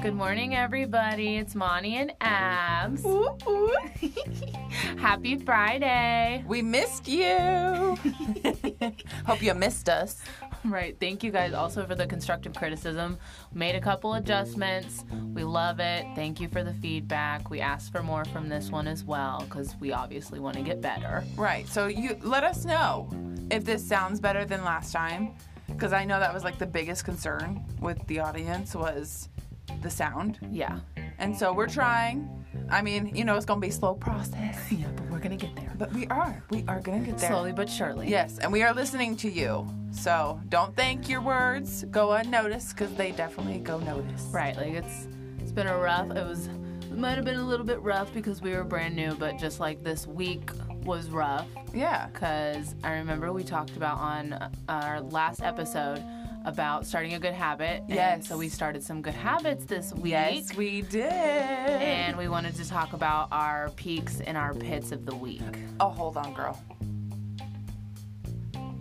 Good morning, everybody. It's Monty and Abs. Happy Friday. We missed you. Hope you missed us. Right. Thank you guys also for the constructive criticism. Made a couple adjustments. We love it. Thank you for the feedback. We asked for more from this one as well because we obviously want to get better. Right. So you let us know if this sounds better than last time because I know that was like the biggest concern with the audience was the sound. Yeah. And so we're trying. I mean, you know, it's going to be a slow process, Yeah, but we're going to get there. but we are. We are going to get there. Slowly but surely. Yes, and we are listening to you. So don't think your words go unnoticed because they definitely go noticed. Right, like it's it's been a rough. It was it might have been a little bit rough because we were brand new, but just like this week was rough Yeah. because I remember we talked about on uh, our last episode about starting a good habit. and Yes. so we started some good habits this week. Yes, we did. And we wanted to talk about our peaks and our pits of the week. Oh, hold on, girl.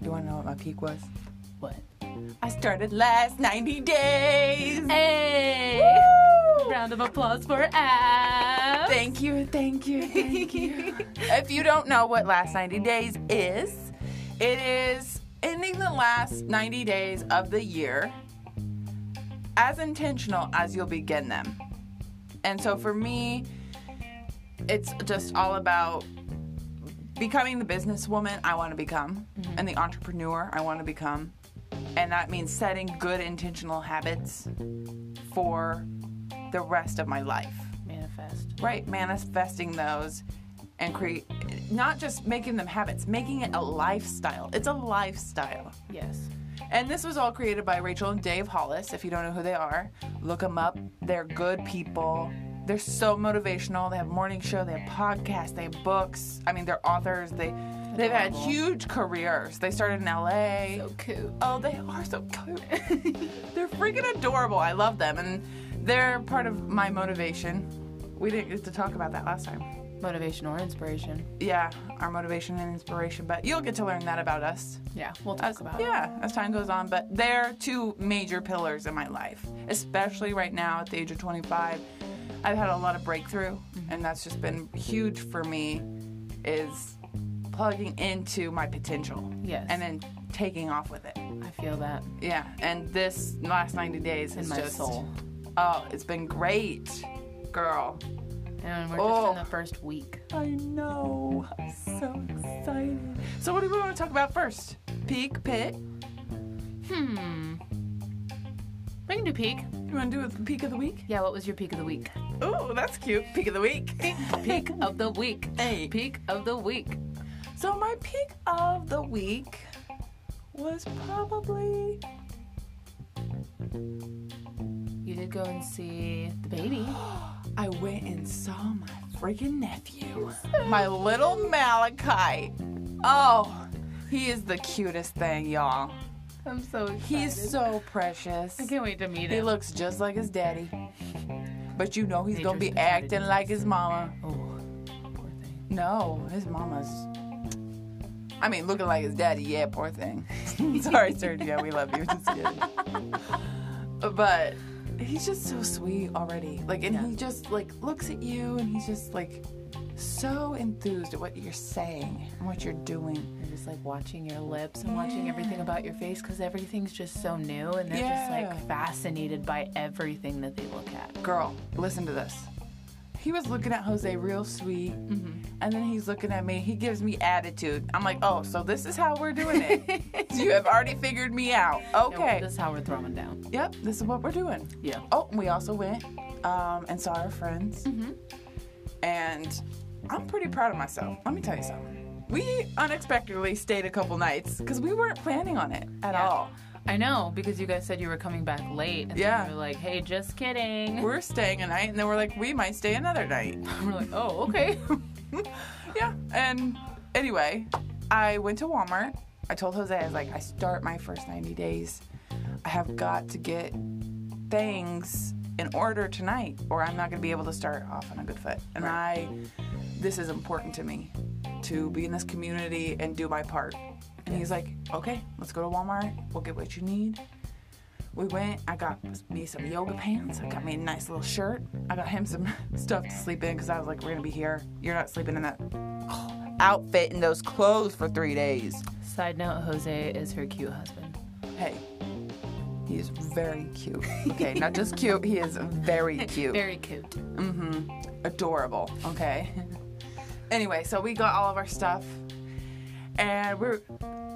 You want to know what my peak was? What? I started last 90 days. Hey! Round of applause for Abs. Thank you, thank you, thank you. if you don't know what last 90 days is, it is ending the last 90 days of the year as intentional as you'll begin them. And so for me, it's just all about becoming the businesswoman I want to become and the entrepreneur I want to become. And that means setting good intentional habits for the rest of my life Manifest. right manifesting those and create not just making them habits making it a lifestyle it's a lifestyle Yes. and this was all created by rachel and dave hollis if you don't know who they are look them up they're good people they're so motivational they have morning show they have podcasts they have books i mean they're authors they they've had Adorable. huge careers they started in la cute. Oh, they are so cute. They're freaking adorable. I love them, and they're part of my motivation. We didn't get to talk about that last time. Motivation or inspiration. Yeah, our motivation and inspiration, but you'll get to learn that about us. Yeah, we'll talk As, about it. yeah, as time goes on, but they're two major pillars in my life, especially right now at the age of 25. I've had a lot of breakthrough, Mm-hmm. and that's just been huge for me. Is plugging into my potential, Yes. and then taking off with it. I feel that Yeah, and this last 90 days in is my just, soul. Oh, it's been great, girl. And we're Oh. just in the first week. I know. I'm so excited. So, what do we want to talk about first? Peak, pit. Hmm. We can do peak. You want to do it peak of the week? Yeah, what was your peak of the week? Ooh, that's cute. Peak of the week. Peak of the week. Hey. Peak of the week. So, my peak of the week was probably. You did go and see the baby. I went and saw my freaking nephew, my little Malachi. Oh, he is the cutest thing, y'all. I'm so excited. He's so precious. I can't wait to meet He him. looks just like his daddy. But you know he's gonna be Nature's acting like his mama. oh, poor thing. No, his mama's. I mean, looking like his daddy. Yeah, poor thing. Sorry, Sergio. We love you. Just kidding. But he's just so sweet already. Like, and he just like looks at you, and he's just like so enthused at what you're saying and what you're doing. You're just like watching your lips and watching everything about your face because everything's just so new and they're just Yeah. like fascinated by everything that they look at. Girl, listen to this. He was looking at Jose real sweet, and then he's looking at me. He gives me attitude. I'm like, oh, so this is how we're doing it. you have already figured me out. And Okay. That's how we're throwing down. Yep, this is what we're doing. Yeah. Oh, and we also went um, and saw our friends. And I'm pretty proud of myself. Let me tell you something. We unexpectedly stayed a couple nights because we weren't planning on it at Yeah. all. I know because you guys said you were coming back late. And Yeah. You're like, hey, just kidding. We're staying a night, and then we're like, we might stay another night. We're like, oh, okay. yeah. And anyway, I went to Walmart. I told Jose, I was like, I start my first 90 days. I have got to get things in order tonight, or I'm not going to be able to start off on a good foot. And I, this is important to me to be in this community and do my part. And he's like, okay, let's go to Walmart. We'll get what you need. We went. I got me some yoga pants. I got me a nice little shirt. I got him some stuff to sleep in because I was like, we're going to be here. You're not sleeping in that outfit and those clothes for three days. Side note Jose is her cute husband. Hey, he is very cute. Okay, not just cute, he is very cute. Very cute. adorable. Okay. anyway, so we got all of our stuff, and we are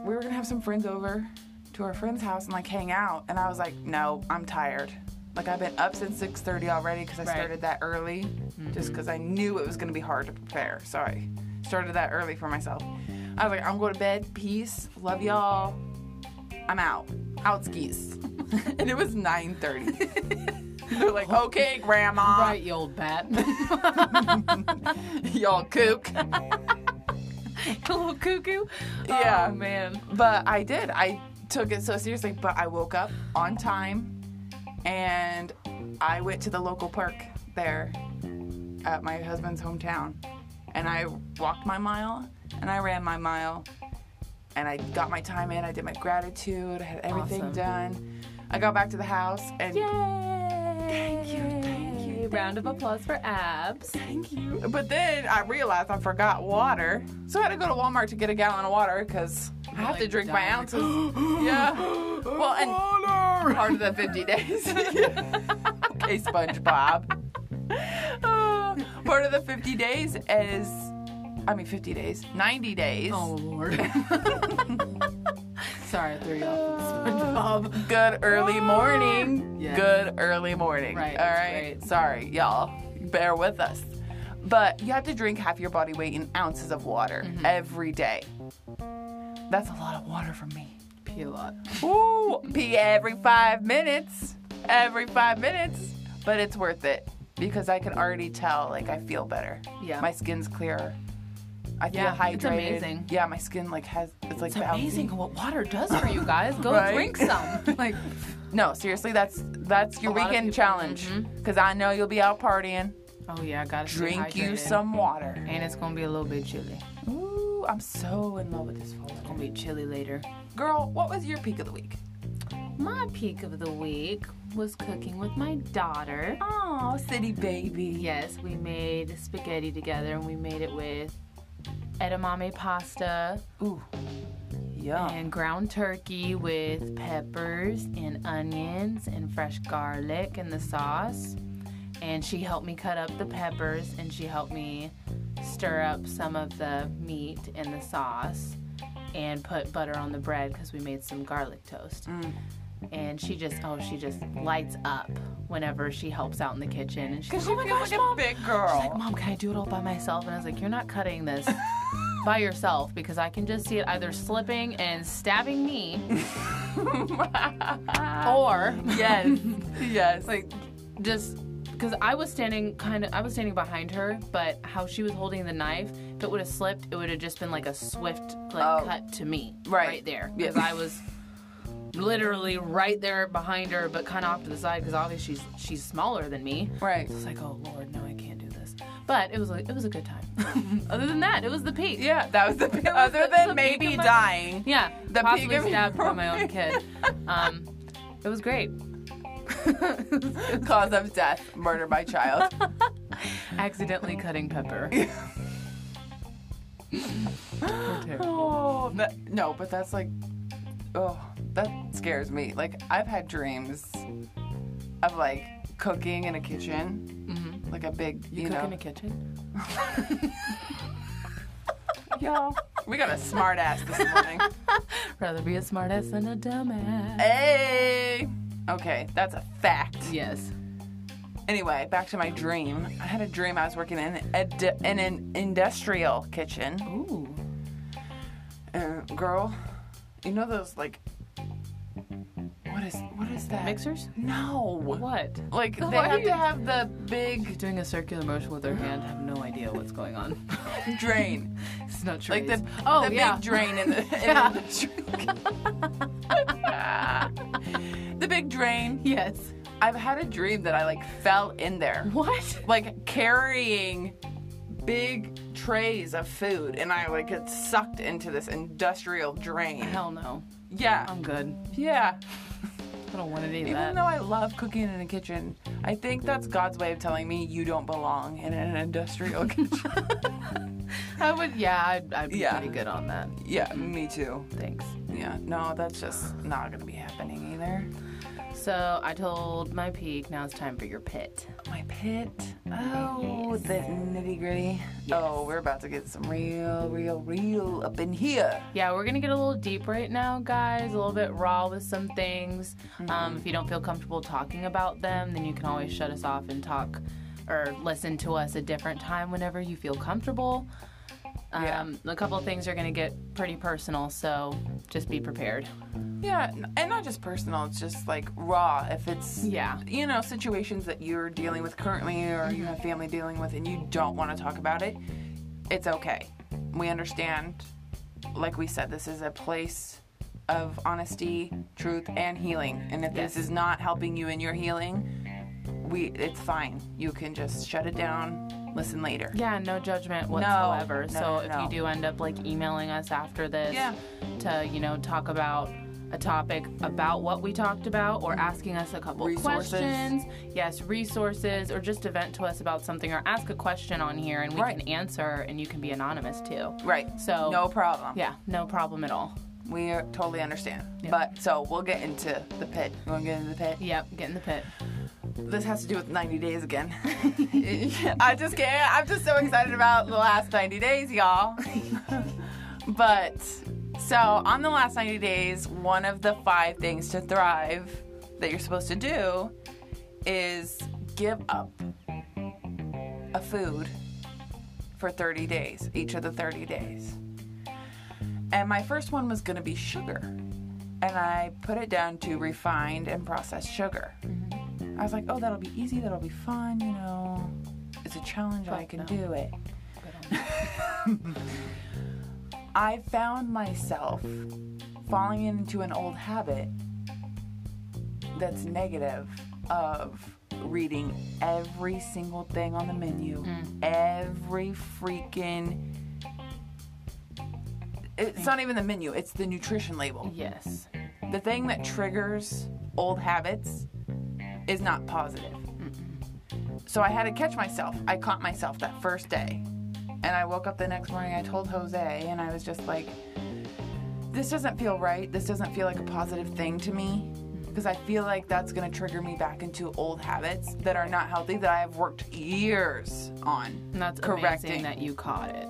we were gonna have some friends over to our friend's house and like hang out. And I was like, no, I'm tired. Like I've been up since 6:30 already because I Right. started that early, just because I knew it was gonna be hard to prepare. So I started that early for myself. I was like, I'm going to bed. Peace. Love y'all. I'm out. Out skis. and it was 9:30. They're like, okay, grandma. Oh. Right, you old bat. Y'all kook. little cuckoo. Yeah. Oh, man. But I did. I took it so seriously, but I woke up on time and I went to the local park there at my husband's hometown. And I walked my mile and I ran my mile and I got my time in. I did my gratitude. I had everything Awesome. done. I got back to the house and Thank you, thank you, thank Round of applause for abs. Thank you. But then I realized I forgot water. So I had to go to Walmart to get a gallon of water because I have to like, drink my dying. ounces. yeah. Well, and part of the 50 days. okay, SpongeBob. Uh, part of the 50 days is, I mean, 50 days, 90 days. Oh, Lord. Sorry, I threw you off with SpongeBob. Good early morning. Yes. Good early morning. Ah. Right, All that's right. right. Sorry, y'all. Bear with us. But you have to drink half your body weight in ounces of water Mm-hmm. every day. That's a lot of water for me. Pee a lot. Ooh, pee every five minutes. Every five minutes. But it's worth it because I can already tell, like, I feel better. Yeah. My skin's clearer. I feel Yeah, hydrated. it's amazing. Yeah, my skin, like, has, it's like It's amazing what water does for you guys. Go Right? drink some. Like, No, seriously, that's that's your A lot of weekend people- Mm-hmm. challenge. Because I know you'll be out partying. oh yeah, gotta stay Drink you hydrated. some water. And it's gonna be a little bit chilly. Ooh, I'm so in love with this folder. Gonna be chilly later. Girl, what was your peak of the week? My peak of the week was cooking with my daughter. Oh, city baby. Yes, we made spaghetti together and we made it with edamame pasta Ooh, yum. and ground turkey with peppers and onions and fresh garlic in the sauce. And she helped me cut up the peppers and she helped me stir up some of the meat in the sauce and put butter on the bread because we made some garlic toast. And she just, oh, she just lights up whenever she helps out in the kitchen. And she's like, Because you "Oh my feel gosh, like Mom, a big girl. like, Mom, can I do it all by myself? And I was like, You're not cutting this by yourself because I can just see it either slipping and stabbing me or yes, yes. Like, just because I was standing kind of, I was standing behind her, but how she was holding the knife, if it would have slipped, it would have just been like a swift like Oh. cut to me Right. there Yeah. because I was literally right there behind her, but kind of off to the side because obviously she's she's smaller than me. right. It's like, oh Lord, no, I can't do this. But it was a, it was a good time. Other than that, it was the peak. Yeah, that was the peak. Other the- than the peak maybe of my- dying. Yeah, The possibly peak of stabbed your by my own kid. Um, it was great. Cause of death, murder by child. Accidentally cutting pepper. Oh, that, no, but that's like, oh, that scares me. Like, I've had dreams of like cooking in a kitchen, like a big, Mm-hmm. You, you, cook know. in the kitchen? Y'all, we got a smart ass this morning. Rather be a smartass than a dumbass. hey, okay, that's a fact. Yes. Anyway, back to my dream. I had a dream I was working in a d in an industrial kitchen. Ooh. Uh, girl, you know those like, what is what is that? Mixers? No. What? Like they Why have are to you- have the big She's doing a circular motion with her hand. I have no idea what's going on. drain, it's not true. like the oh the yeah. big drain in the, in Yeah. the- the big drain. yes. I've had a dream that I like fell in there, What? like carrying big trays of food and I like get sucked into this industrial drain. Hell no. Yeah. I'm good. Yeah. I don't want to do Even that. though I love cooking in a kitchen, I think that's God's way of telling me you don't belong in an industrial kitchen. I would, yeah, I'd, I'd be Yeah. pretty good on that. yeah, me too. Thanks. Yeah, no, that's just not gonna be happening either. So I told my peak, now it's time for your pit. My pit. Oh, the nitty gritty. Oh, we're about to get some real, real, real up in here. Yeah, we're gonna get a little deep right now, guys. A little bit raw with some things. Um, if you don't feel comfortable talking about them, then you can always shut us off and talk or listen to us a different time whenever you feel comfortable. Um, Yeah. A couple of things are gonna get pretty personal, so just be prepared. Yeah, n- and not just personal, it's just like raw. If it's, Yeah. you know, situations that you're dealing with currently or you Mm-hmm. have family dealing with and you don't want to talk about it, it's okay. We understand. Like we said, this is a place of honesty, truth, and healing. And if Yes. this is not helping you in your healing, we it's fine. You can just shut it down, listen later. Yeah, no judgment whatsoever. no, so no, if no. you do end up like emailing us after this Yeah. to, you know, talk about a topic about what we talked about or asking us a couple Resources. questions, yes, resources or just to vent to us about something or ask a question on here and we Right. can answer and you can be anonymous too. Right. So No problem. yeah, no problem at all. We are, totally understand. But so we'll get into the pit. You want to get into the pit? Yep, get in the pit. This has to do with 90 days again. I just can't. I'm just so excited about the last 90 days, y'all. but so on the last 90 days, one of the five things to thrive that you're supposed to do is give up a food for 30 days, each of the 30 days. And my first one was going to be sugar. And I put it down to refined and processed sugar. I was like, oh, that'll be easy, that'll be fun, you know. It's a challenge, I Fuck can no. do it. I found myself falling into an old habit that's negative of reading every single thing on the menu, every freaking. It's not even the menu, it's the nutrition label. Yes. The thing that triggers old habits is not positive. So I had to catch myself. I caught myself that first day. And I woke up the next morning, I told Jose, and I was just like, this doesn't feel right. This doesn't feel like a positive thing to me. Mm-hmm. Because I feel like that's going to trigger me back into old habits that are not healthy that I have worked years on. And that's Correcting. amazing that you caught it.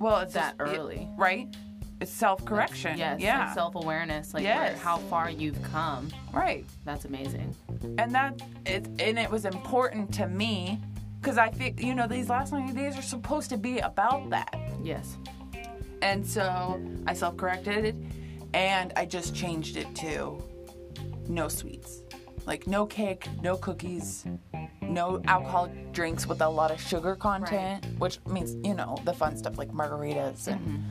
Well, it's That just- early. right? It's self correction. Yes. Yeah. Self awareness, like Yes. where- how far you've come. right. That's amazing. and that it and it was important to me because I think you know these last 90 days are supposed to be about that, Yes. and so I self-corrected it, and I just changed it to no sweets, like no cake, no cookies, no alcoholic drinks with a lot of sugar content, which means you know the fun stuff like margaritas and.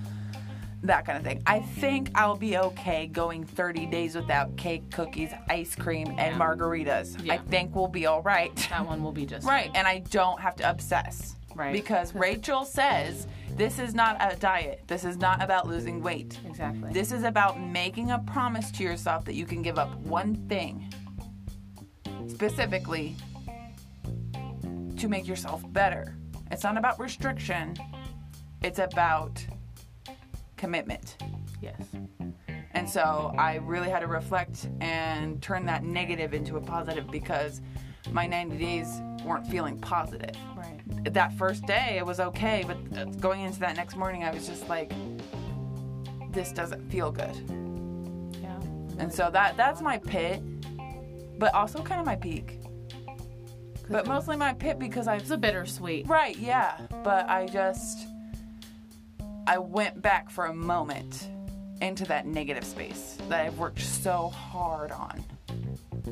That kind of thing. I think I'll be okay going 30 days without cake, cookies, ice cream, and margaritas. I Yeah. think we'll be all right. That one will be just Right. And I don't have to obsess. Right. Because Rachel says this is not a diet. This is not about losing weight. Exactly. This is about making a promise to yourself that you can give up one thing specifically to make yourself better. It's not about restriction, it's about commitment. yes. And so I really had to reflect and turn that negative into a positive because my 90 days weren't feeling positive. Right. That first day it was okay, but uh, going into that next morning I was just like this doesn't feel good. Yeah. And so that that's my pit, but also kind of my peak. But mostly my pit because I've It's a bittersweet. Right, yeah. But I just I went back for a moment into that negative space that I've worked so hard on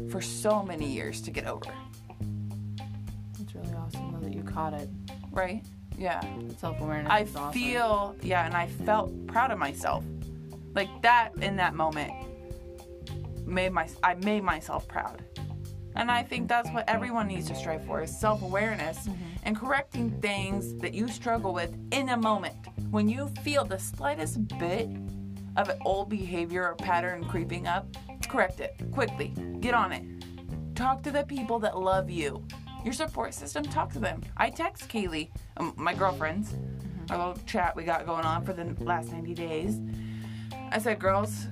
for so many years to get over. It's really awesome though that you caught it. Right? Yeah. Self awareness. I is awesome. feel yeah, and I felt proud of myself. Like that in that moment made my I made myself proud. And I think that's what everyone needs to strive for is self-awareness and correcting things that you struggle with in a moment. When you feel the slightest bit of an old behavior or pattern creeping up, correct it quickly. Get on it. Talk to the people that love you. Your support system, talk to them. I text Kaylee, um, my girlfriends, our little chat we got going on for the last 90 days. I said, girls,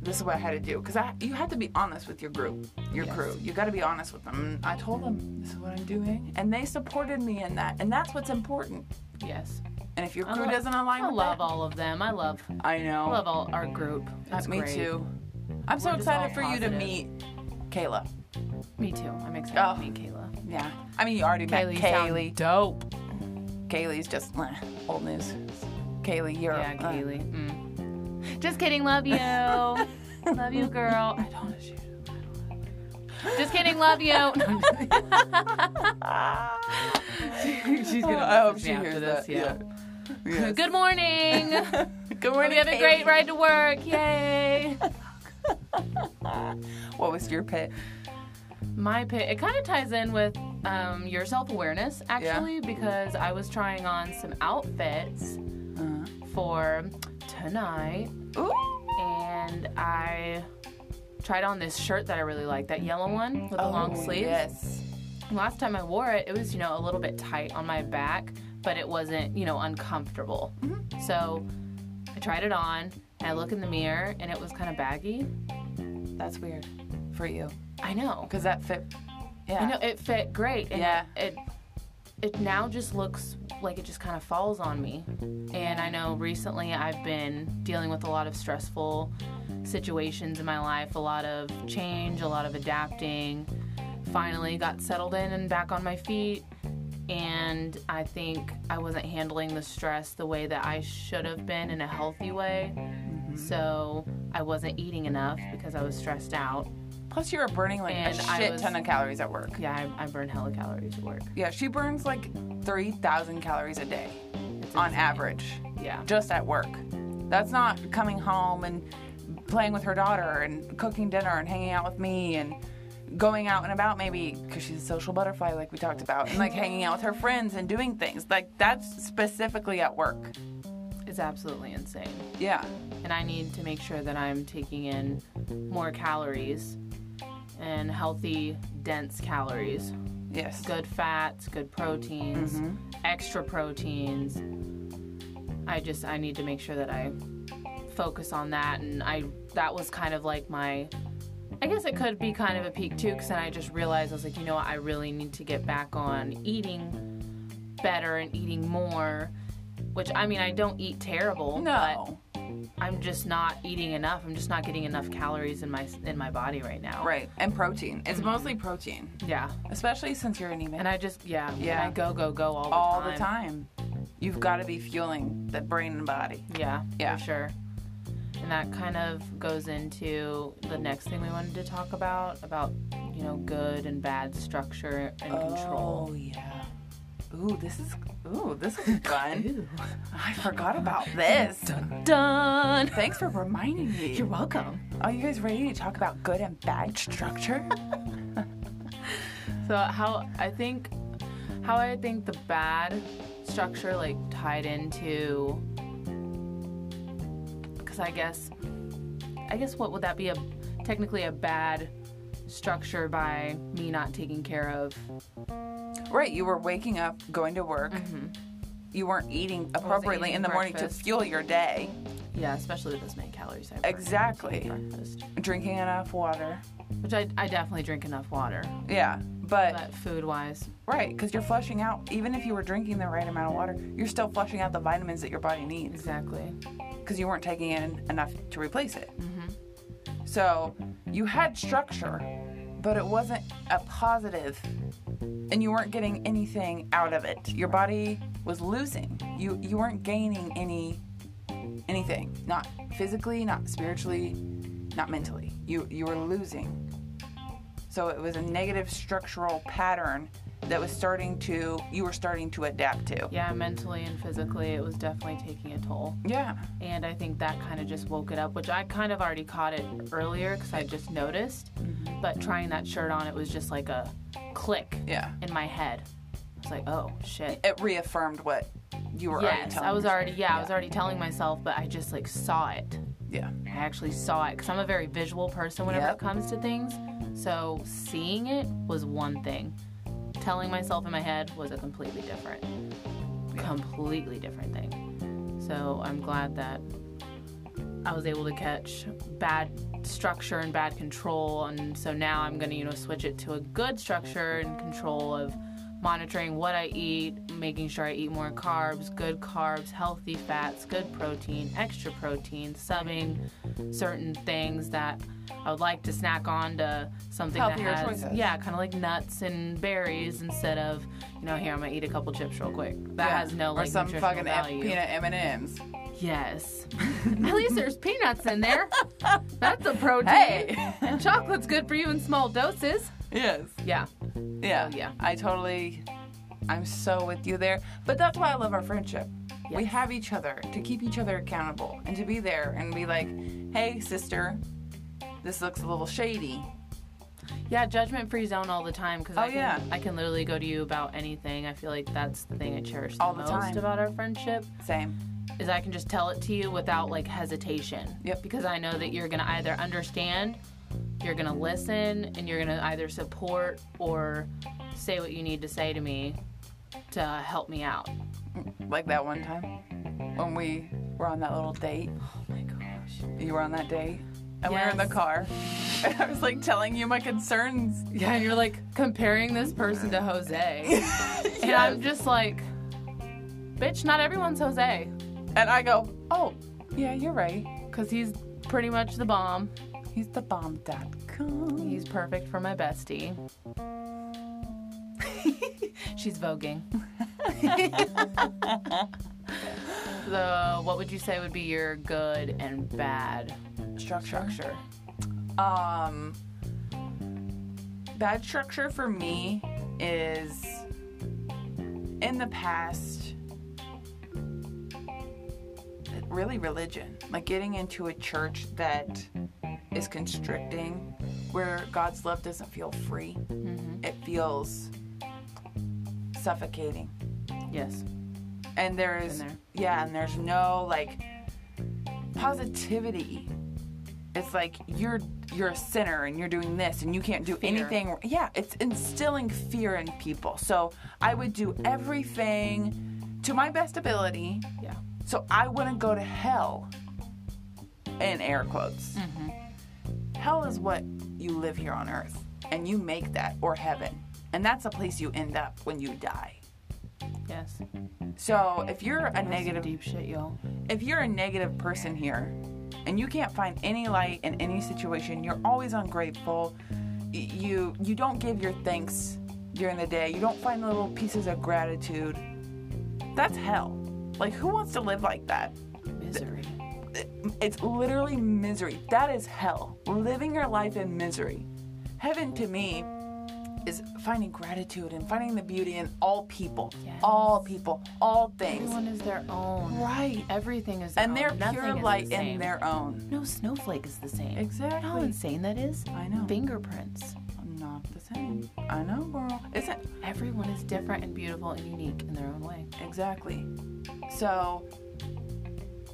this is what I had to do because I you have to be honest with your group, your Yes. crew. You got to be honest with them. And I told them this is what I'm doing, and they supported me in that, and that's what's important. Yes. And if your I crew lo- doesn't align Uh, I with love that, all of them. I love I know. Uh, I love all our group. It's me great. too. I'm so We're just all excited for you to positive. meet Kayla. Me too. I'm excited Oh. to meet Kayla. Yeah. I mean, you already Kaylee met sound Kaylee. dope. Kaylee's just meh, old news. Kaylee, you're Yeah, uh, Kaylee. Mm. Just kidding. Love you. love you, girl. I don't want to shoot. Just kidding. Love you. ah. She's gonna. Oh, I hope message she me after hears this, that. Yes. Good morning. Good we morning. have a great ride to work. Yay. Kaylee. what was your pit? my pick it kind of ties in with um, your self-awareness actually because i was trying on some outfits Uh-huh. for tonight Ooh. and i tried on this shirt that i really like that yellow one with the long Oh, sleeves Yes. last time i wore it it was you know a little bit tight on my back but it wasn't you know uncomfortable Mm-hmm. so i tried it on and i look in the mirror and it was kind of baggy That's weird for you i know because that fit. Yeah. I know it fit great. And Yeah. It, it now just looks like it just kind of falls on me. And I know recently I've been dealing with a lot of stressful situations in my life, a lot of change, a lot of adapting. Finally got settled in and back on my feet. And I think I wasn't handling the stress the way that I should have been in a healthy way. Mm-hmm. So I wasn't eating enough because I was stressed out. Plus, you were burning like And a I shit was- ton of calories at work. Yeah, I, I burn hella calories at work. Yeah, she burns like 3,000 calories a day It's on insane. average. Yeah. just at work. That's not coming home and playing with her daughter and cooking dinner and hanging out with me and going out and about maybe because she's a social butterfly like we talked about and like hanging out with her friends and doing things like that's specifically at work It's absolutely insane. yeah And I need to make sure that I'm taking in more calories and healthy, dense calories. yes Good fats, good proteins, extra proteins. I just I need to make sure that I focus on that and I that was kind of like my I guess it could be kind of a peak too cuz then I just realized I was like, you know what, I really need to get back on eating better and eating more, which I mean, I don't eat terrible, but no I'm just not eating enough. I'm just not getting enough calories in my in my body right now. right and protein it's mostly protein Yeah. especially since you're anemic And I just yeah. And Yeah. I go go go all the all time. the time you've got to be fueling the brain and body Yeah. Yeah. For sure. And that kind of goes into the next thing we wanted to talk about about you know good and bad structure and control. oh yeah ooh this is ooh this is fun I forgot about this. Done. Thanks for reminding me. You're welcome. Are you guys ready to talk about good and bad structure? So how I think how I think the bad structure like tied into cuz I guess I guess what would that be a technically a bad structure by me not taking care of right, you were waking up, going to work. You weren't Mm-hmm. eating appropriately eating in the morning to breakfast. fuel your day. yeah, especially with as many calories I burn Exactly. at breakfast. Drinking enough water. Which I, I definitely drink enough water, Yeah, but, but food wise, right, because you're flushing out, even if you were drinking the right amount of water, you're still flushing out the vitamins that your body needs. exactly. because you weren't taking in enough to replace it. So you had structure, but it wasn't a positive, and you weren't getting anything out of it. Your body was losing. You you weren't gaining any anything, not physically, not spiritually, not mentally. You you were losing. So it was a negative structural pattern that was starting to you were starting to adapt to. Yeah, mentally and physically, it was definitely taking a toll. Yeah. And I think that kind of just woke it up, which I kind of already caught it earlier because I just noticed. Mm-hmm. But trying that shirt on, it was just like a click Yeah. in my head. It's like, oh shit. It reaffirmed what you were already Yes, telling. I was yourself. already yeah, I was already telling myself, but I just like saw it. Yeah. I actually saw it because I'm a very visual person whenever Yep. it comes to things. So seeing it was one thing. Telling myself in my head was a completely different, completely different thing. So I'm glad that I was able to catch bad structure and bad control, and so now I'm gonna you know switch it to a good structure and control of monitoring what I eat, making sure I eat more carbs, good carbs, healthy fats, good protein, extra protein, subbing certain things that I would like to snack on to something Healthier that has choices. yeah, kind of like nuts and berries instead of you know here I'm gonna eat a couple chips real quick. That Yeah. has no like or some nutritional fucking M- value. peanut M and M's. Yes. At least there's peanuts in there. That's a protein. Hey. And chocolate's good for you in small doses. Yes. Yeah. Yeah. Oh, yeah. I totally. I'm so with you there. But that's why I love our friendship. We Yes. have each other to keep each other accountable and to be there and be like, hey, sister, this looks a little shady. Yeah, judgment free zone all the time because Oh, I can yeah. I can literally go to you about anything. I feel like that's the thing I cherish the All the most time. about our friendship Same. is I can just tell it to you without like hesitation. Yep. Because I know that you're gonna either understand, you're gonna listen, and you're gonna either support or say what you need to say to me to help me out. Like that one time when we were on that little date. Oh my gosh. You were on that date. And we were in the Yes. car. And I was like telling you my concerns. Yeah, and you're like comparing this person to Jose. And Yes. I'm just like, bitch, not everyone's Jose. And I go, oh, yeah, you're right. Because he's pretty much the bomb. He's the bomb.com. He's perfect for my bestie. She's voguing. so, what would you say would be your good and bad? structure. Um, bad structure for me is in the past. Really, religion, like getting into a church that is constricting, where God's love doesn't feel free. It feels suffocating Yes. and there's Been there. yeah and there's no like positivity it's like you're you're a sinner and you're doing this and you can't do Fear. anything yeah it's instilling fear in people so i would do everything to my best ability Yeah. so i wouldn't go to hell in air quotes Mm-hmm. hell is what you live here on earth and you make that or heaven and that's the place you end up when you die Yes. so if you're a That's some negative deep shit, y'all. if you're a negative person here and you can't find any light in any situation, you're always ungrateful. y- You you don't give your thanks during the day. You don't find little pieces of gratitude. That's hell. Like who wants to live like that? Misery. It- It's literally misery. That is hell. Living your life in misery. Heaven to me is finding gratitude and finding the beauty in all people, Yes. all people, all things. Everyone is their own. Right. Everything is their And own. they're Nothing pure is light the in same. their own. No snowflake is the same. You know how Exactly. insane that is? I know. Fingerprints. Not the same. I know, girl. Isn't Everyone is different and beautiful and unique in their own way. exactly. So,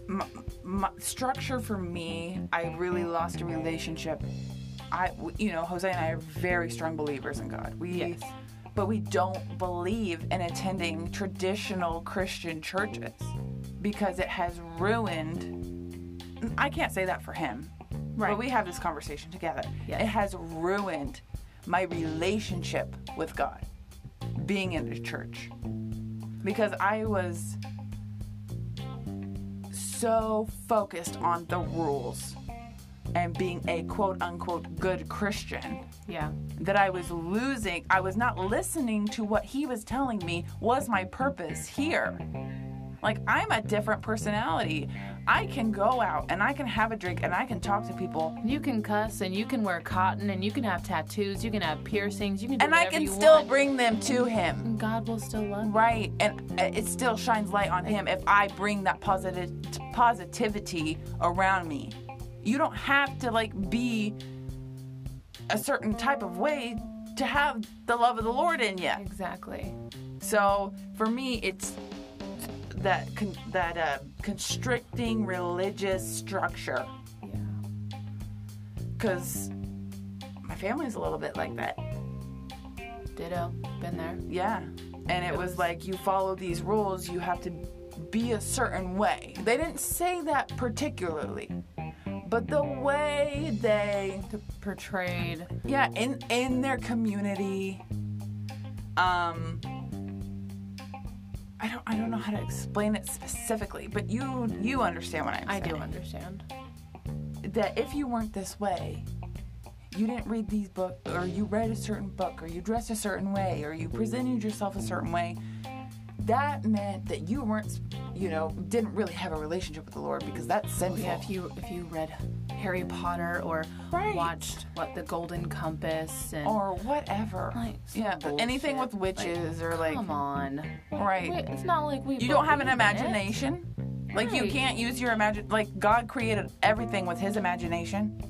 my, my structure for me, I really lost a relationship. I, w- you know, Jose and I are very strong believers in God. We, Yes. but we don't believe in attending traditional Christian churches because it has ruined. I can't say that for him, Right. But we have this conversation together. Yes. It has ruined my relationship with God being in the church because I was so focused on the rules and being a quote unquote good Christian Yeah. that I was losing, I was not listening to what he was telling me was my purpose here. Like I'm a different personality. I can go out and I can have a drink and I can talk to people You can cuss and you can wear cotton and you can have tattoos, you can have piercings, you can do and I whatever can you still want. bring them to him. And God will still love you. Right, and uh, it still shines light on him if I bring that positive positivity around me. You don't have to like be a certain type of way to have the love of the Lord in you. Exactly. So for me, it's that con- that uh, constricting religious structure Yeah. because my family's a little bit like that. Ditto. Been there. Yeah, and it was like you follow these rules, you have to be a certain way. They didn't say that particularly, but the way they Portrayed. yeah in in their community um i don't i don't know how to explain it specifically but you you understand what i'm I saying do understand. that if you weren't this way you didn't read these books or you read a certain book or you dressed a certain way or you presented yourself a certain way that meant that you weren't you know didn't really have a relationship with the lord because that's sinful Yeah, if you if you read Harry Potter or Right. watched what the Golden Compass and or whatever Like, yeah but anything with bullshit. witches or like come on, right Wait, it's not like we you don't have an believe in it. imagination like you Right. can't use your imagine like god created everything with his imagination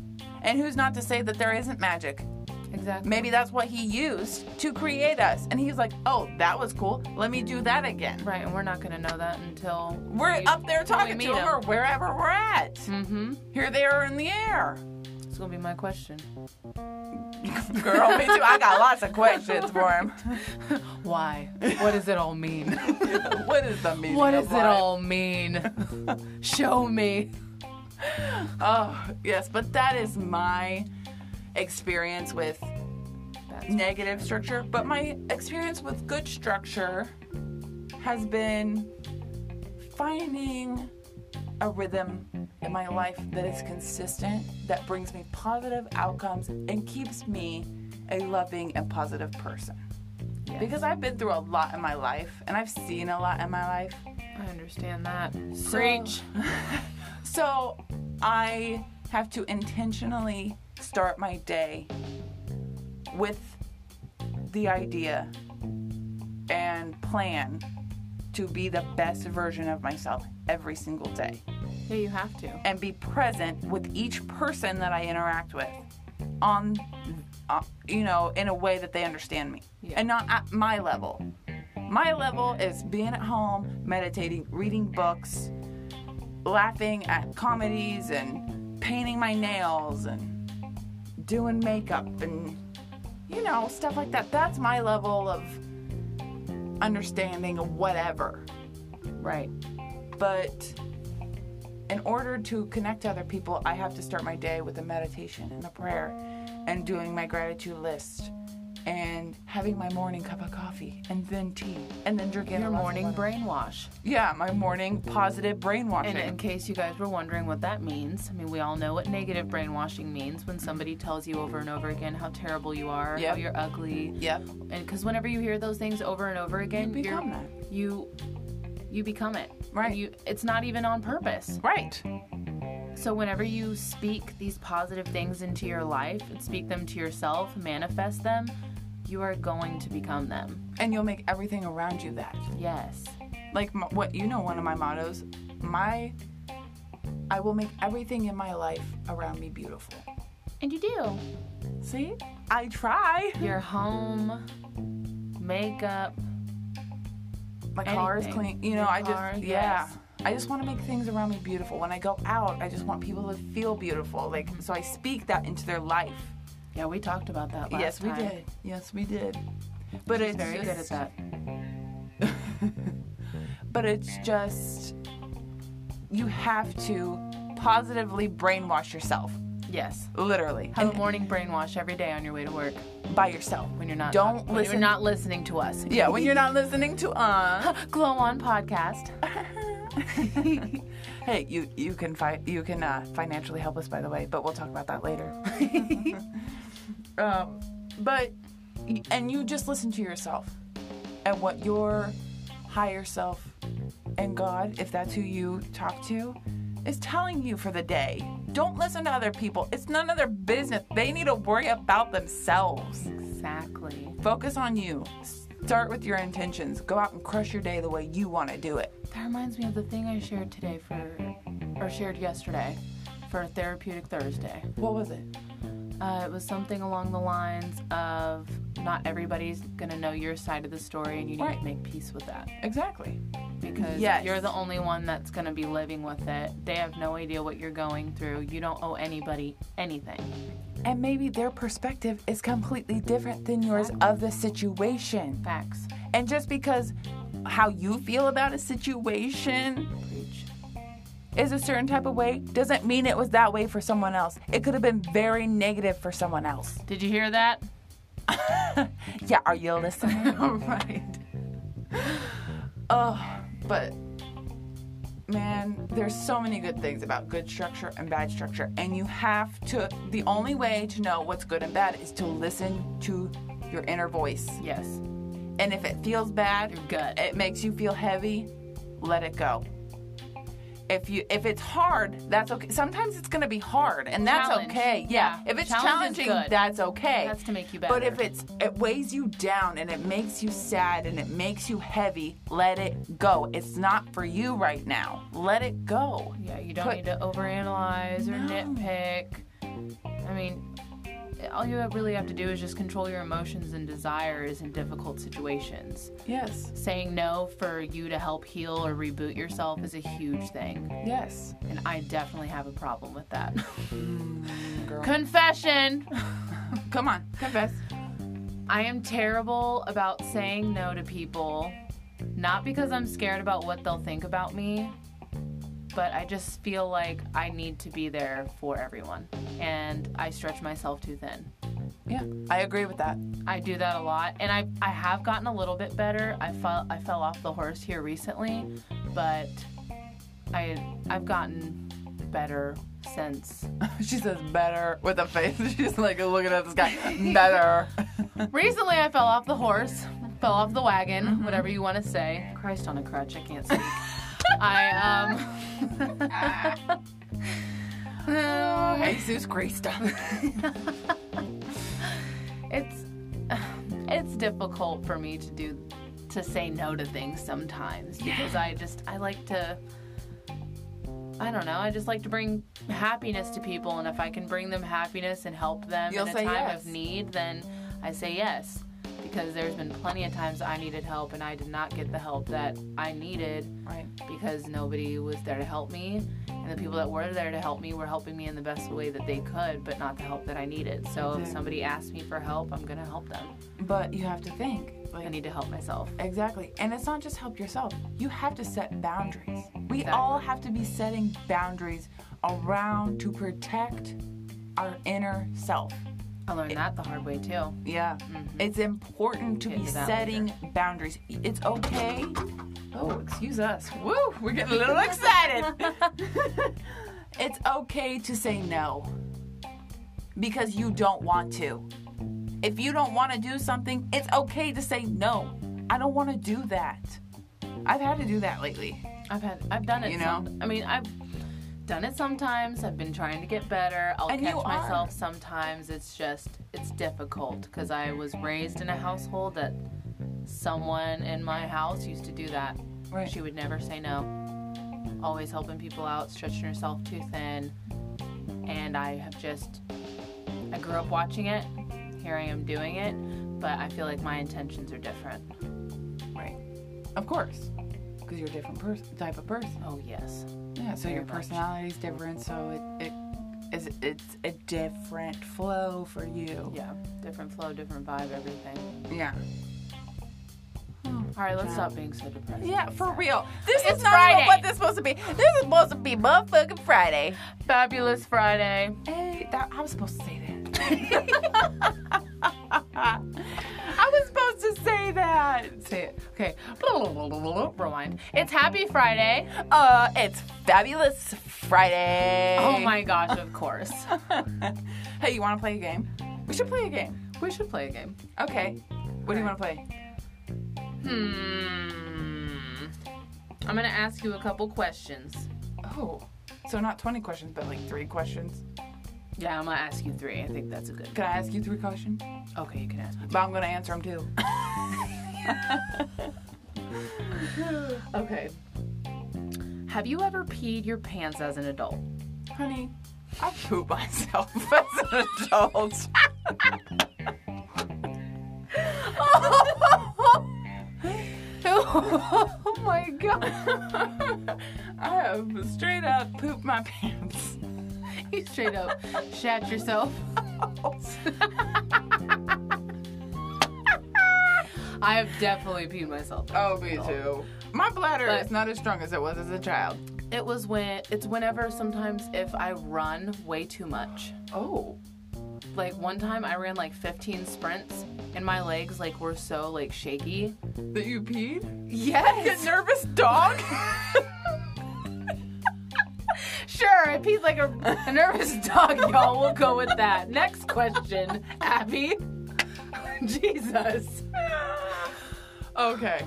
and who's not to say that there isn't magic Exactly. maybe that's what he used to create us and he's like oh that was cool let me do that again Right, and we're not gonna know that until we're up there talking meet to him him. or wherever we're at Mm-hmm. here they are in the air It's gonna be my question. girl me too i got lots of questions for him Why? What does it all mean? what is the meaning what of does it life? all mean? Show me. oh yes but that is my experience with That's negative structure, but my experience with good structure has been finding a rhythm in my life that is consistent, that brings me positive outcomes, and keeps me a loving and positive person. Yes. Because I've been through a lot in my life and I've seen a lot in my life. I understand that. So- Preach. So I have to intentionally start my day with the idea and plan to be the best version of myself every single day Yeah, you have to. and be present with each person that I interact with on uh, you know in a way that they understand me Yeah. and not at my level my level is being at home meditating reading books laughing at comedies and painting my nails and doing makeup and you know stuff like that that's my level of understanding of whatever Right. but in order to connect to other people, I have to start my day with a meditation and a prayer and doing my gratitude list and having my morning cup of coffee and then tea and then drinking Your a glass of morning water. brainwash. Yeah, my morning positive brainwashing. And in case you guys were wondering what that means, I mean, we all know what negative brainwashing means when somebody tells you over and over again how terrible you are, Yep. how you're ugly. yep. And because whenever you hear those things over and over again, You you're- become that. You, you become it. Right. You, it's not even on purpose. Right. So whenever you speak these positive things into your life and speak them to yourself, manifest them, you are going to become them. And you'll make everything around you that. Yes. like m what you know one of my mottos my i will make everything in my life around me beautiful And you do. see i try Your home, makeup, my car is Anything. clean you know Your i car, just yeah yes. i just want to make things around me beautiful when i go out i just want people to feel beautiful like so i speak that into their life Yeah, we talked about that last yes we time. did yes we did but She's it's very good at just- that. but it's just you have to positively brainwash yourself Yes. literally Have a And morning brainwash every day on your way to work by yourself when you're not Don't talking- when listen- you're not listening to us. Yeah, when you're not listening to uh Glow on podcast. Hey, you you can fi- you can uh, financially help us by the way, but we'll talk about that later. um, but y- and you just listen to yourself and what your higher self and God, if that's who you talk to, is telling you for the day. Don't listen to other people. It's none of their business. They need to worry about themselves. Exactly. Focus on you. Start with your intentions. Go out and crush your day the way you want to do it. That reminds me of the thing I shared today for, or shared yesterday for Therapeutic Thursday. What was it? Uh, it was something along the lines of not everybody's going to know your side of the story and you need Right. to make peace with that Exactly. because Yes. you're the only one that's going to be living with it. They have no idea what you're going through. You don't owe anybody anything. And maybe their perspective is completely different than yours of the situation. Facts. And just because how you feel about a situation Preach. is a certain type of way doesn't mean it was that way for someone else. It could have been very negative for someone else. Did you hear that? Yeah, are you listening? right. Oh, but man, there's so many good things about good structure and bad structure. And you have to, the only way to know what's good and bad is to listen to your inner voice. Yes. And if it feels bad, Your gut. it makes you feel heavy, let it go. If you if it's hard, that's okay. Sometimes it's gonna be hard, and that's Challenge. okay. Yeah. Yeah. If it's Challenge is challenging, good. that's okay. That's to make you But if better. it's it weighs you down and it makes you sad and it makes you heavy, let it go. It's not for you right now. Let it go. Yeah, you don't Put- need to overanalyze or No. nitpick. I mean, all you really have to do is just control your emotions and desires in difficult situations. Yes. Saying no for you to help heal or reboot yourself is a huge thing, Yes. and I definitely have a problem with that. girl. Confession! Come on, confess. I am terrible about saying no to people, not because I'm scared about what they'll think about me, but I just feel like I need to be there for everyone, and I stretch myself too thin. Yeah, I agree with that. I do that a lot, and I I have gotten a little bit better. I fell I fell off the horse here recently, but I I've gotten better since She says better with a face. She's like looking at this guy. Better. Recently, I fell off the horse, fell off the wagon, whatever you want to say. Mm-hmm. Christ on a crutch, I can't speak. I um. Um, Oh, Jesus Christ. it's it's difficult for me to do to say no to things sometimes because I just I like to I don't know I just like to bring happiness to people and if I can bring them happiness and help them You'll in a say time yes. of need then I say yes because there's been plenty of times I needed help and I did not get the help that I needed right. because nobody was there to help me and the people that were there to help me were helping me in the best way that they could but not the help that i needed so if Exactly. somebody asks me for help i'm gonna help them But you have to think. i Like, need to help myself exactly. And it's not just help yourself. You have to set boundaries. We Exactly. all have to be setting boundaries around to protect our inner self. i learned that the hard way too Yeah. It's important to Get be to that setting boundaries. It's okay. Oh, excuse us. Woo, we're getting a little excited. it's okay to say no because you don't want to. If you don't want to do something, it's okay to say no. I don't want to do that. I've had to do that lately. i've had i've done it You know? some- i mean i've done it sometimes i've been trying to get better i'll And you catch are. myself sometimes it's just it's difficult because i was raised in a household that someone in my house used to do that Right. She would never say no. Always helping people out, stretching herself too thin. And I have just, I grew up watching it. Here I am doing it. But I feel like my intentions are different. Right. Of course. Because you're a different person, type of person. Oh, yes. Yeah, so your Very much. personality's different, so it, it is it's a different flow for you. Yeah. Different flow, different vibe, everything. Yeah. All right, let's stop being so depressed. Yeah, for real. This It's is not even Friday. what this is supposed to be. This is supposed to be motherfucking Friday. Fabulous Friday. Hey, that I was supposed to say that. I was supposed to say that. Say it. Okay. Rewind. It's Happy Friday. Uh, it's fabulous Friday. Oh my gosh, of course. hey, you want to play a game? We should play a game. we should play a game. Okay. What do you want to play? Hmm. I'm gonna ask you a couple questions. Oh, so not 20 questions, but like three questions. Yeah, I'm gonna ask you three. I think that's a good. Can I ask you three questions? Okay, you can ask me. But I'm going to answer them too. Okay. Have you ever peed your pants as an adult? Honey, I poop myself as an adult. oh my god. I have straight up pooped my pants. You straight up shat yourself. I have definitely peed myself. Oh, me too. My bladder But- is not as strong as it was as a child. It was when it's whenever sometimes if I run way too much. Oh. Like one time I ran like 15 sprints and my legs like were so like shaky. That you peed? You Yes. nervous dog? sure, I peed like a, a nervous dog, y'all. We'll go with that. Next question, Abby. Jesus. okay.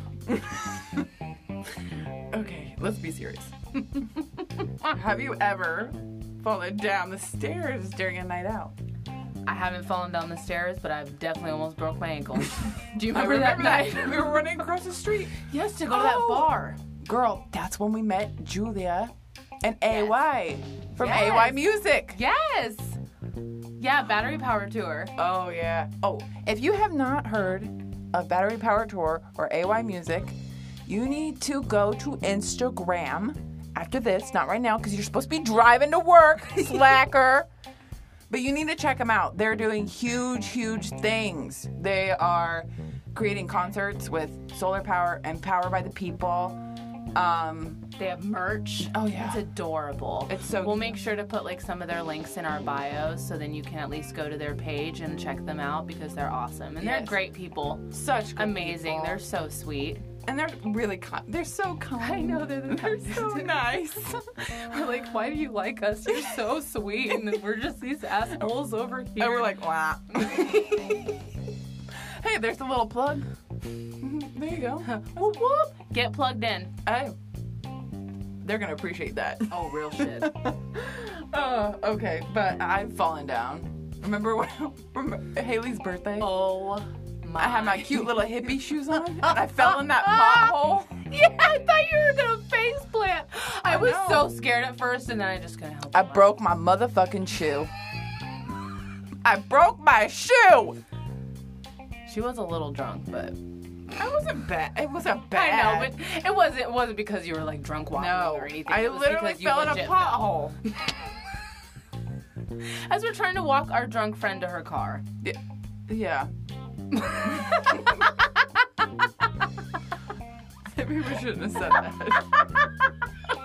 okay, let's be serious. have you ever fallen down the stairs during a night out? I haven't fallen down the stairs, but I've definitely almost broke my ankle. Do you I remember, remember that, night? that. we were running across the street. yes, to go to Oh. that bar. Girl, that's when we met Julia and Yes. AY from Yes. AY Music. Yes. Yeah, battery power tour. Oh yeah. Oh, if you have not heard of Battery Power Tour or AY Music, you need to go to Instagram after this, not right now because you're supposed to be driving to work, slacker. But you need to check them out. They're doing huge, huge things. They are creating concerts with solar power and power by the people. Um, They have merch. Oh, yeah. It's adorable. It's so We'll cute. make sure to put like some of their links in our bios so then you can at least go to their page and check them out because they're awesome. And they're Yes. great people. such good Amazing. people. They're so sweet. and they're really kind. They're so kind. they're the They're so nice. We're like, why do you like us? You're so sweet. And then we're just these assholes over here. And we're like, wow. hey, there's a little plug. Mhm, There you go. whoop whoop. get plugged in. Oh, they're gonna appreciate that. Oh, real shit. Uh, okay, but I've fallen down. Remember when from Haley's birthday? oh my. I had my cute little hippie shoes on, and I fell in that pothole. Yeah, I thought you were gonna face plant. I, I was know. so scared at first, and then I just couldn't help. I it. broke my motherfucking shoe. I broke my shoe. She was a little drunk, but I wasn't bad. It was a I know, bad. but it wasn't. It wasn't because you were like drunk walking no, or anything. I It was literally because you fell in a legit pothole. fell. As we're trying to walk our drunk friend to her car, Yeah. yeah. Maybe we shouldn't have said that.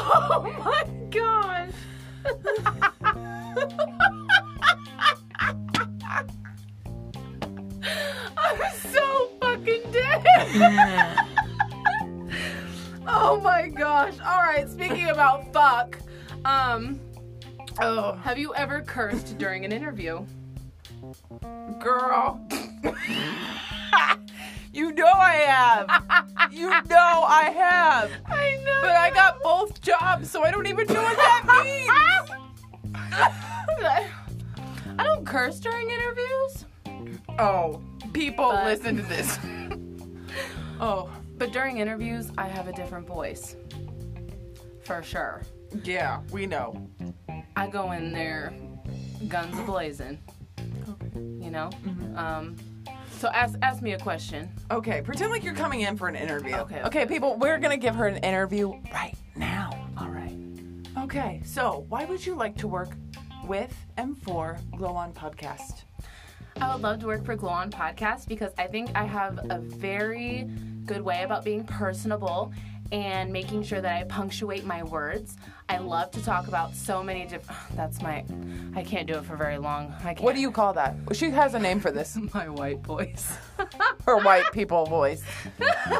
Oh my gosh. I'm so fucking dead. oh my gosh. All right, speaking about fuck, um, Oh, have you ever cursed during an interview? girl. you know I have. You know I have. I know. But I got both jobs, so I don't even know what that I don't curse during interviews, means. Oh, people But- listen to this. Oh, but during interviews, I have a different voice. For sure. yeah, we know. I go in there guns blazing, you know? Um, so ask, ask me a question. Okay, pretend like you're coming in for an interview. Okay, Okay, people, we're gonna give her an interview right now. All right. Okay, so why would you like to work with and for Glow On Podcast? I would love to work for Glow On Podcast because I think I have a very good way about being personable and making sure that I punctuate my words. I love to talk about so many different. That's my. I can't do it for very long. I can't. What do you call that? She has a name for this. My white voice. Her white people voice.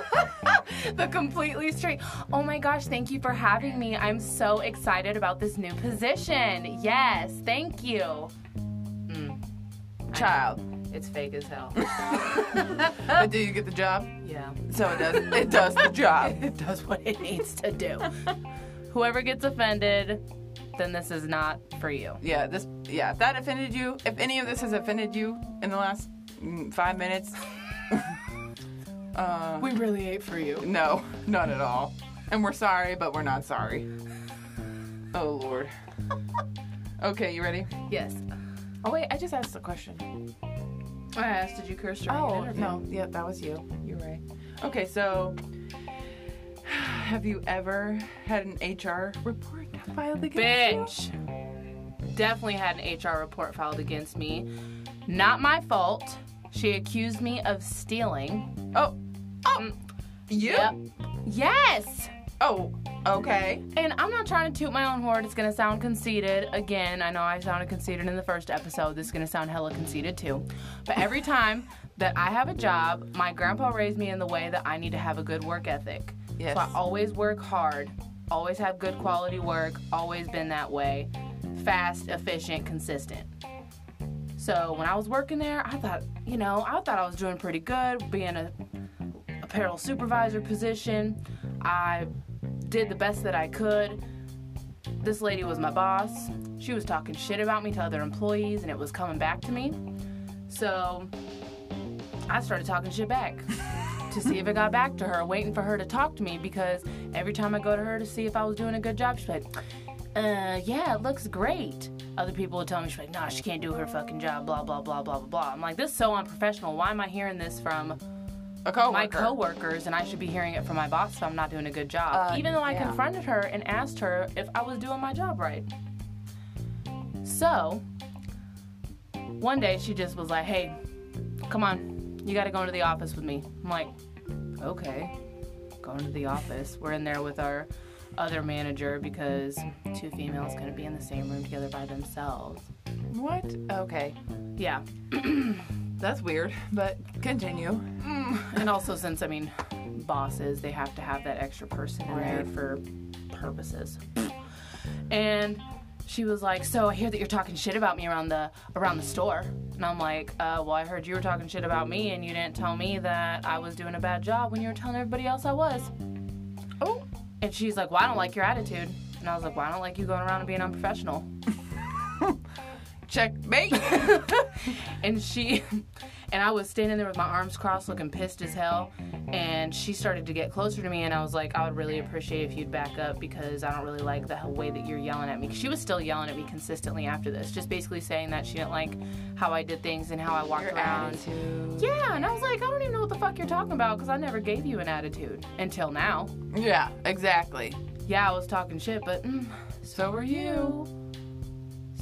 the completely straight. Oh my gosh, thank you for having me. I'm so excited about this new position. Yes, thank you. child. It's fake as hell. but do you get the job? yeah. So it does. It does the job. It does what it needs to do. Whoever gets offended, then this is not for you. Yeah. This. Yeah. If that offended you, if any of this has offended you in the last mm, five minutes, uh, We really ate for you. no, not at all. And we're sorry, but we're not sorry. Oh Lord. Okay, you ready? Yes. Oh wait, I just asked a question. I asked, did you curse during an Oh interview? no, yeah, that was you. You're right. Okay, so have you ever had an HR report filed against you? Bitch. Definitely had an HR report filed against me. Not my fault. She accused me of stealing. Oh, oh, Mm. you? Yes. Oh, okay. And I'm not trying to toot my own horn. It's going to sound conceited. Again, I know I sounded conceited in the first episode. This is going to sound hella conceited too. But every time that I have a job, my grandpa raised me in the way that I need to have a good work ethic. Yes. So I always work hard, always have good quality work, always been that way. Fast, efficient, consistent. So when I was working there, I thought, you know, I thought I was doing pretty good being a apparel supervisor position. I did the best that I could. This lady was my boss. She was talking shit about me to other employees and it was coming back to me. So I started talking shit back to see if it got back to her, waiting for her to talk to me because every time I go to her to see if I was doing a good job, she's like, uh, yeah, it looks great. Other people would tell me, she's like, nah, she can't do her fucking job, blah, blah, blah, blah, blah, blah. I'm like, this is so unprofessional. Why am I hearing this from A coworker. my coworkers and I should be hearing it from my boss if I'm not doing a good job. Uh, Even though I yeah. confronted her and asked her if I was doing my job right. So, one day she just was like, "Hey, come on. You got to go into the office with me." I'm like, "Okay." Going to the office. We're in there with our other manager because two females couldn't be in the same room together by themselves. What? Okay. Yeah. That's weird, but continue. And also, since I mean, bosses, they have to have that extra person in there Right. for purposes. And she was like, "So I hear that you're talking shit about me around the around the store." And I'm like, uh, "Well, I heard you were talking shit about me, and you didn't tell me that I was doing a bad job when you were telling everybody else I was." Oh, And she's like, "Well, I don't like your attitude." And I was like, "Well, I don't like you going around and being unprofessional." checkmate. and she and I was standing there with my arms crossed looking pissed as hell and she started to get closer to me and I was like I would really appreciate if you'd back up because I don't really like the way that you're yelling at me. She was still yelling at me consistently after this, just basically saying that she didn't like how I did things and how I walked Your around. attitude. Yeah, and I was like I don't even know what the fuck you're talking about cuz I never gave you an attitude until now. Yeah, exactly. Yeah, I was talking shit, but mm, So were you. you.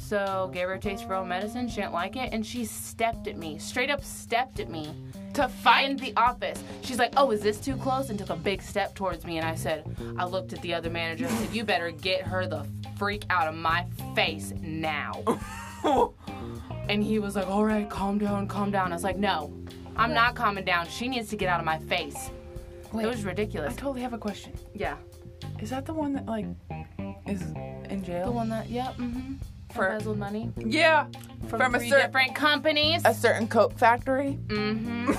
So gave her a taste for her own medicine. She didn't like it, and she stepped at me, straight up stepped at me To in find the office. She's like, "Oh, is this too close?" and took a big step towards me. And I said, I looked at the other manager and said, "You better get her the freak out of my face now." and he was like, "All right, calm down, calm down." I was like, "No, I'm not calming down. She needs to get out of my face." Wait. it was I ridiculous. totally have a question. yeah, Is that the one that like is in the jail one that, yeah, mm-hmm. For- embezzled money Yeah, from, Uh, From a three cer- different companies. a certain coat factory. mm-hmm.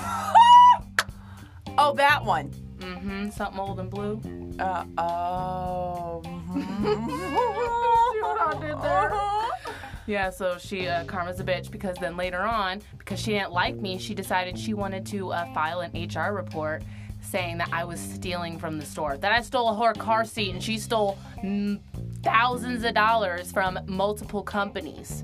Oh, that one. Mm-hmm. Something old and blue. Uh oh. See what I did there? Yeah, so she, uh, Karma's a bitch because then later on, because she didn't like me, she decided she wanted to uh, file an HR report saying that I was stealing from the store, that I stole her car seat and she stole mm, thousands of dollars from multiple companies.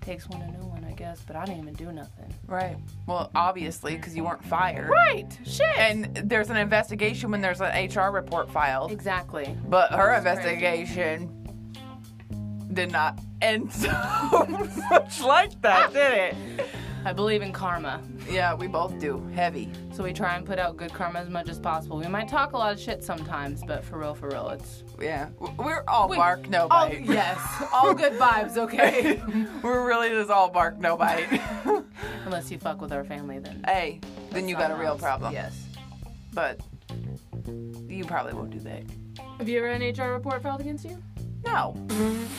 Takes one to know one, I guess, but I didn't even do nothing. Right. Well, obviously, because you weren't fired. Right, shit. And there's an investigation when there's an HR report filed, exactly. but her That's crazy. investigation did not end so much like that, did it? I believe in karma. Yeah, we both do. Heavy. So we try and put out good karma as much as possible. We might talk a lot of shit sometimes, but for real, for real, it's Yeah, W- we're all We- bark no Oh bite. yes, all good vibes. Okay, we're really just all bark no bite. unless you fuck with our family, then hey, then you got a real problem. Yes. But you probably won't do that. Have you ever had an HR report filed against you? No.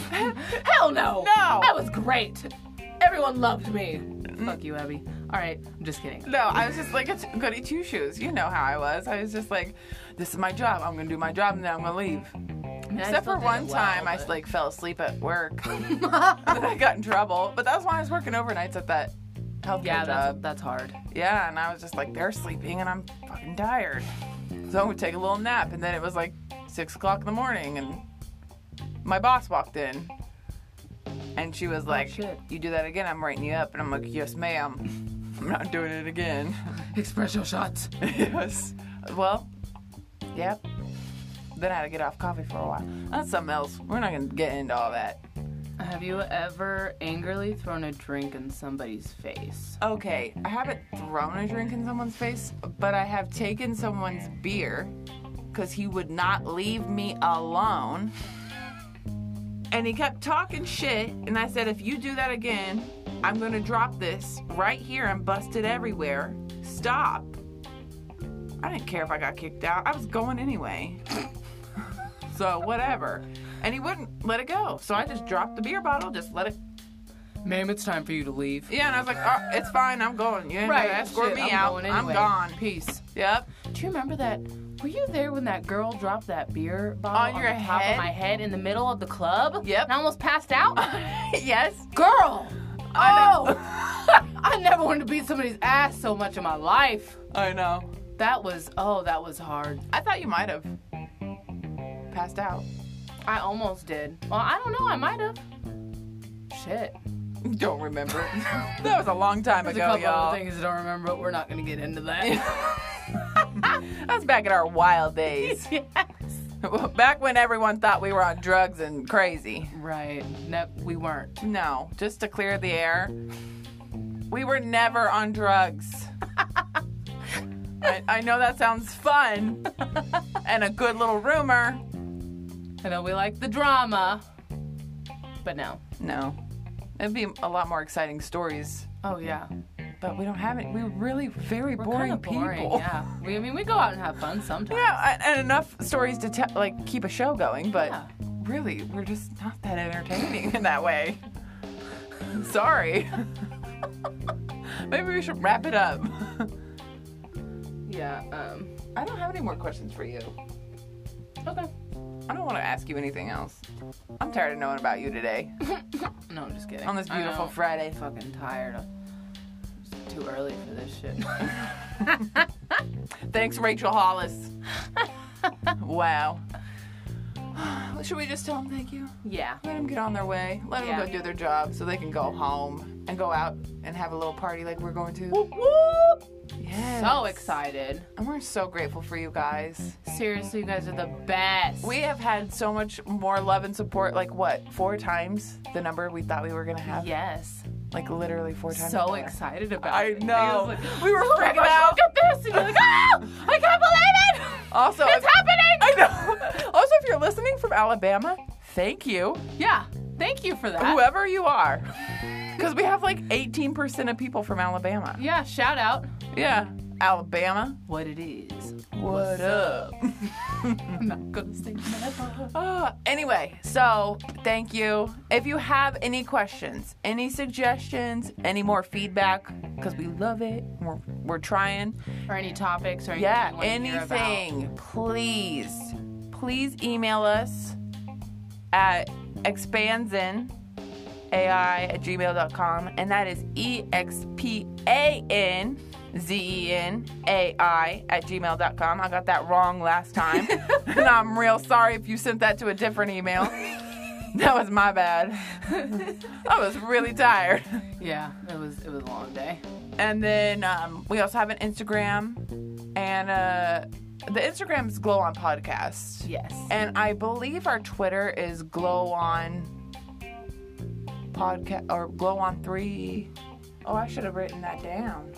Hell no. No. That was great. Everyone loved me. Mm. Fuck you, Abby. All right, I'm just kidding. No, I was just like a t- goody two shoes. You know how I was. I was just like, this is my job. I'm gonna do my job and then I'm gonna leave. I mean, I Except still for did one it well, time, I but- like fell asleep at work. and I got in trouble. But that was when I was working overnights at that healthcare yeah, that's, job. that's hard. Yeah, and I was just like, they're sleeping and I'm fucking tired. So I'm gonna take a little nap. And then it was like six o'clock in the morning, and my boss walked in. And she was like, Oh, shit. You do that again, I'm writing you up. And I'm like, Yes, ma'am. I'm not doing it again. Espresso shots. yes. Well, yep. Then I had to get off coffee for a while. That's something else. We're not gonna get into all that. Have you ever angrily thrown a drink in somebody's face? Okay, I haven't thrown a drink in someone's face, but I have taken someone's beer because he would not leave me alone. And he kept talking shit, and I said, if you do that again, I'm gonna drop this right here and bust it everywhere. Stop. I didn't care if I got kicked out, I was going anyway. so, whatever. And he wouldn't let it go, so I just dropped the beer bottle, just let it Ma'am, it's time for you to leave. yeah, and I was like, oh, it's fine, I'm going. You ain't Right, gotta escort shit, me I'm out. going I'm anyway. gone. Peace. Yep. Do you remember that? Were you there when that girl dropped that beer On bottle your the top head? of my head in the middle of the club? Yep. And I almost passed out. yes. girl. Oh, I know. I never wanted to beat somebody's ass so much in my life. I know. That was oh, that was hard. I thought you might have passed out. I almost did. Well, I don't know. I might have. Shit. Don't remember. that was a long time There's a ago, couple other y'all. things I don't remember, but we're not gonna get into that. That's back in our wild days. yes. back when everyone thought we were on drugs and crazy. Right. No, we weren't. No, just to clear the air, we were never on drugs. I, I know that sounds fun and a good little rumor. I know we like the drama, but no. No, it'd be a lot more exciting stories, Oh yeah, but we don't have it. We're really very we're kinda boring, boring. people. Yeah. We, I mean, we go out and have fun sometimes. Yeah, and enough stories to tell, like keep a show going, but Yeah. really, we're just not that entertaining in that way. Sorry. Maybe we should wrap it up. Yeah. Um. I don't have any more questions for you. Okay. I don't want to ask you anything else. I'm tired of knowing about you today No, I'm just kidding. on this I know. beautiful Friday. fucking tired. of It's too early for this shit. Thanks, Rachel Hollis. wow. Should we just tell them thank you? yeah. Let them get on their way. Let them Yeah. go do their job so they can go home and go out and have a little party like we're going to. Whoop whoop. Yes. So excited. And we're so grateful for you guys. Seriously, you guys are the best. We have had so much more love and support, like what, four times the number we thought we were going to have? yes. Like literally four times. So more. excited about I it. know. Like, we were oh my freaking gosh, out. Look at this, and you're like, ah, I can't believe it. Also, It's if- happening. I know. Also, if you're listening from Alabama, thank you, Yeah. Thank you for that. whoever you are, because we have like 18% of people from Alabama. Yeah. Shout out. Yeah, Alabama. What it is. What up? I'm not gonna say never. Ah, anyway, so thank you. If you have any questions, any suggestions, any more feedback, because we love it, we're, we're trying. Or any topics or anything Yeah, you wanna hear about. anything. Please, please email us at expandsin AI at gmail.com, and that is E X P A N Z E N A I at gmail.com. I got that wrong last time, and I'm real sorry if you sent that to a different email. That was my bad. I was really tired. Yeah. It was. It was a long day. And then um, we also have an Instagram, and uh, the Instagram is Glow On Podcast. Yes. And I believe our Twitter is Glow On Podcast or Glow On Three. Oh, I should have written that down.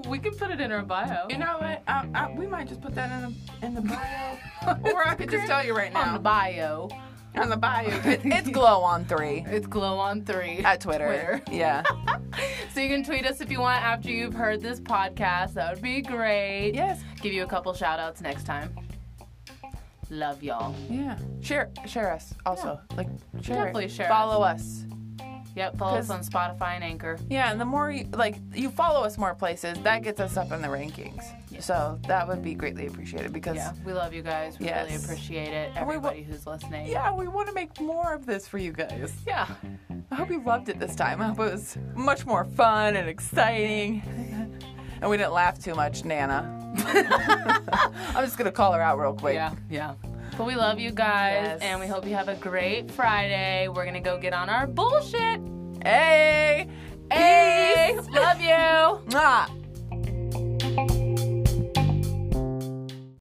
we can put it in our bio. You know what? I, I, we might just put that in the in the bio, or I could just tell you right on the now bio. on the bio. It, it's Glow On Three It's glow on three. at Twitter. Yeah. So you can tweet us if you want after you've heard this podcast. That would be great. yes. Give you a couple shout outs next time. Love y'all. Yeah. Share share us also. Like share it. Definitely share Follow us. Yep, follow us 'Cause- on Spotify and Anchor. Yeah, and the more you, like you follow us more places, that gets us up in the rankings. Yes. So that would be greatly appreciated because Yeah, we love you guys. We really Yes. appreciate it. And we will- Everybody who's listening. yeah, we want to make more of this for you guys. Yeah. I hope you loved it this time. I hope it was much more fun and exciting. and we didn't laugh too much, Nana. I'm just gonna call her out real quick. Yeah, yeah. But we love you guys, Yes. and we hope you have a great Friday. We're gonna go get on our bullshit. Hey, Hey, Peace. love you. Mwah.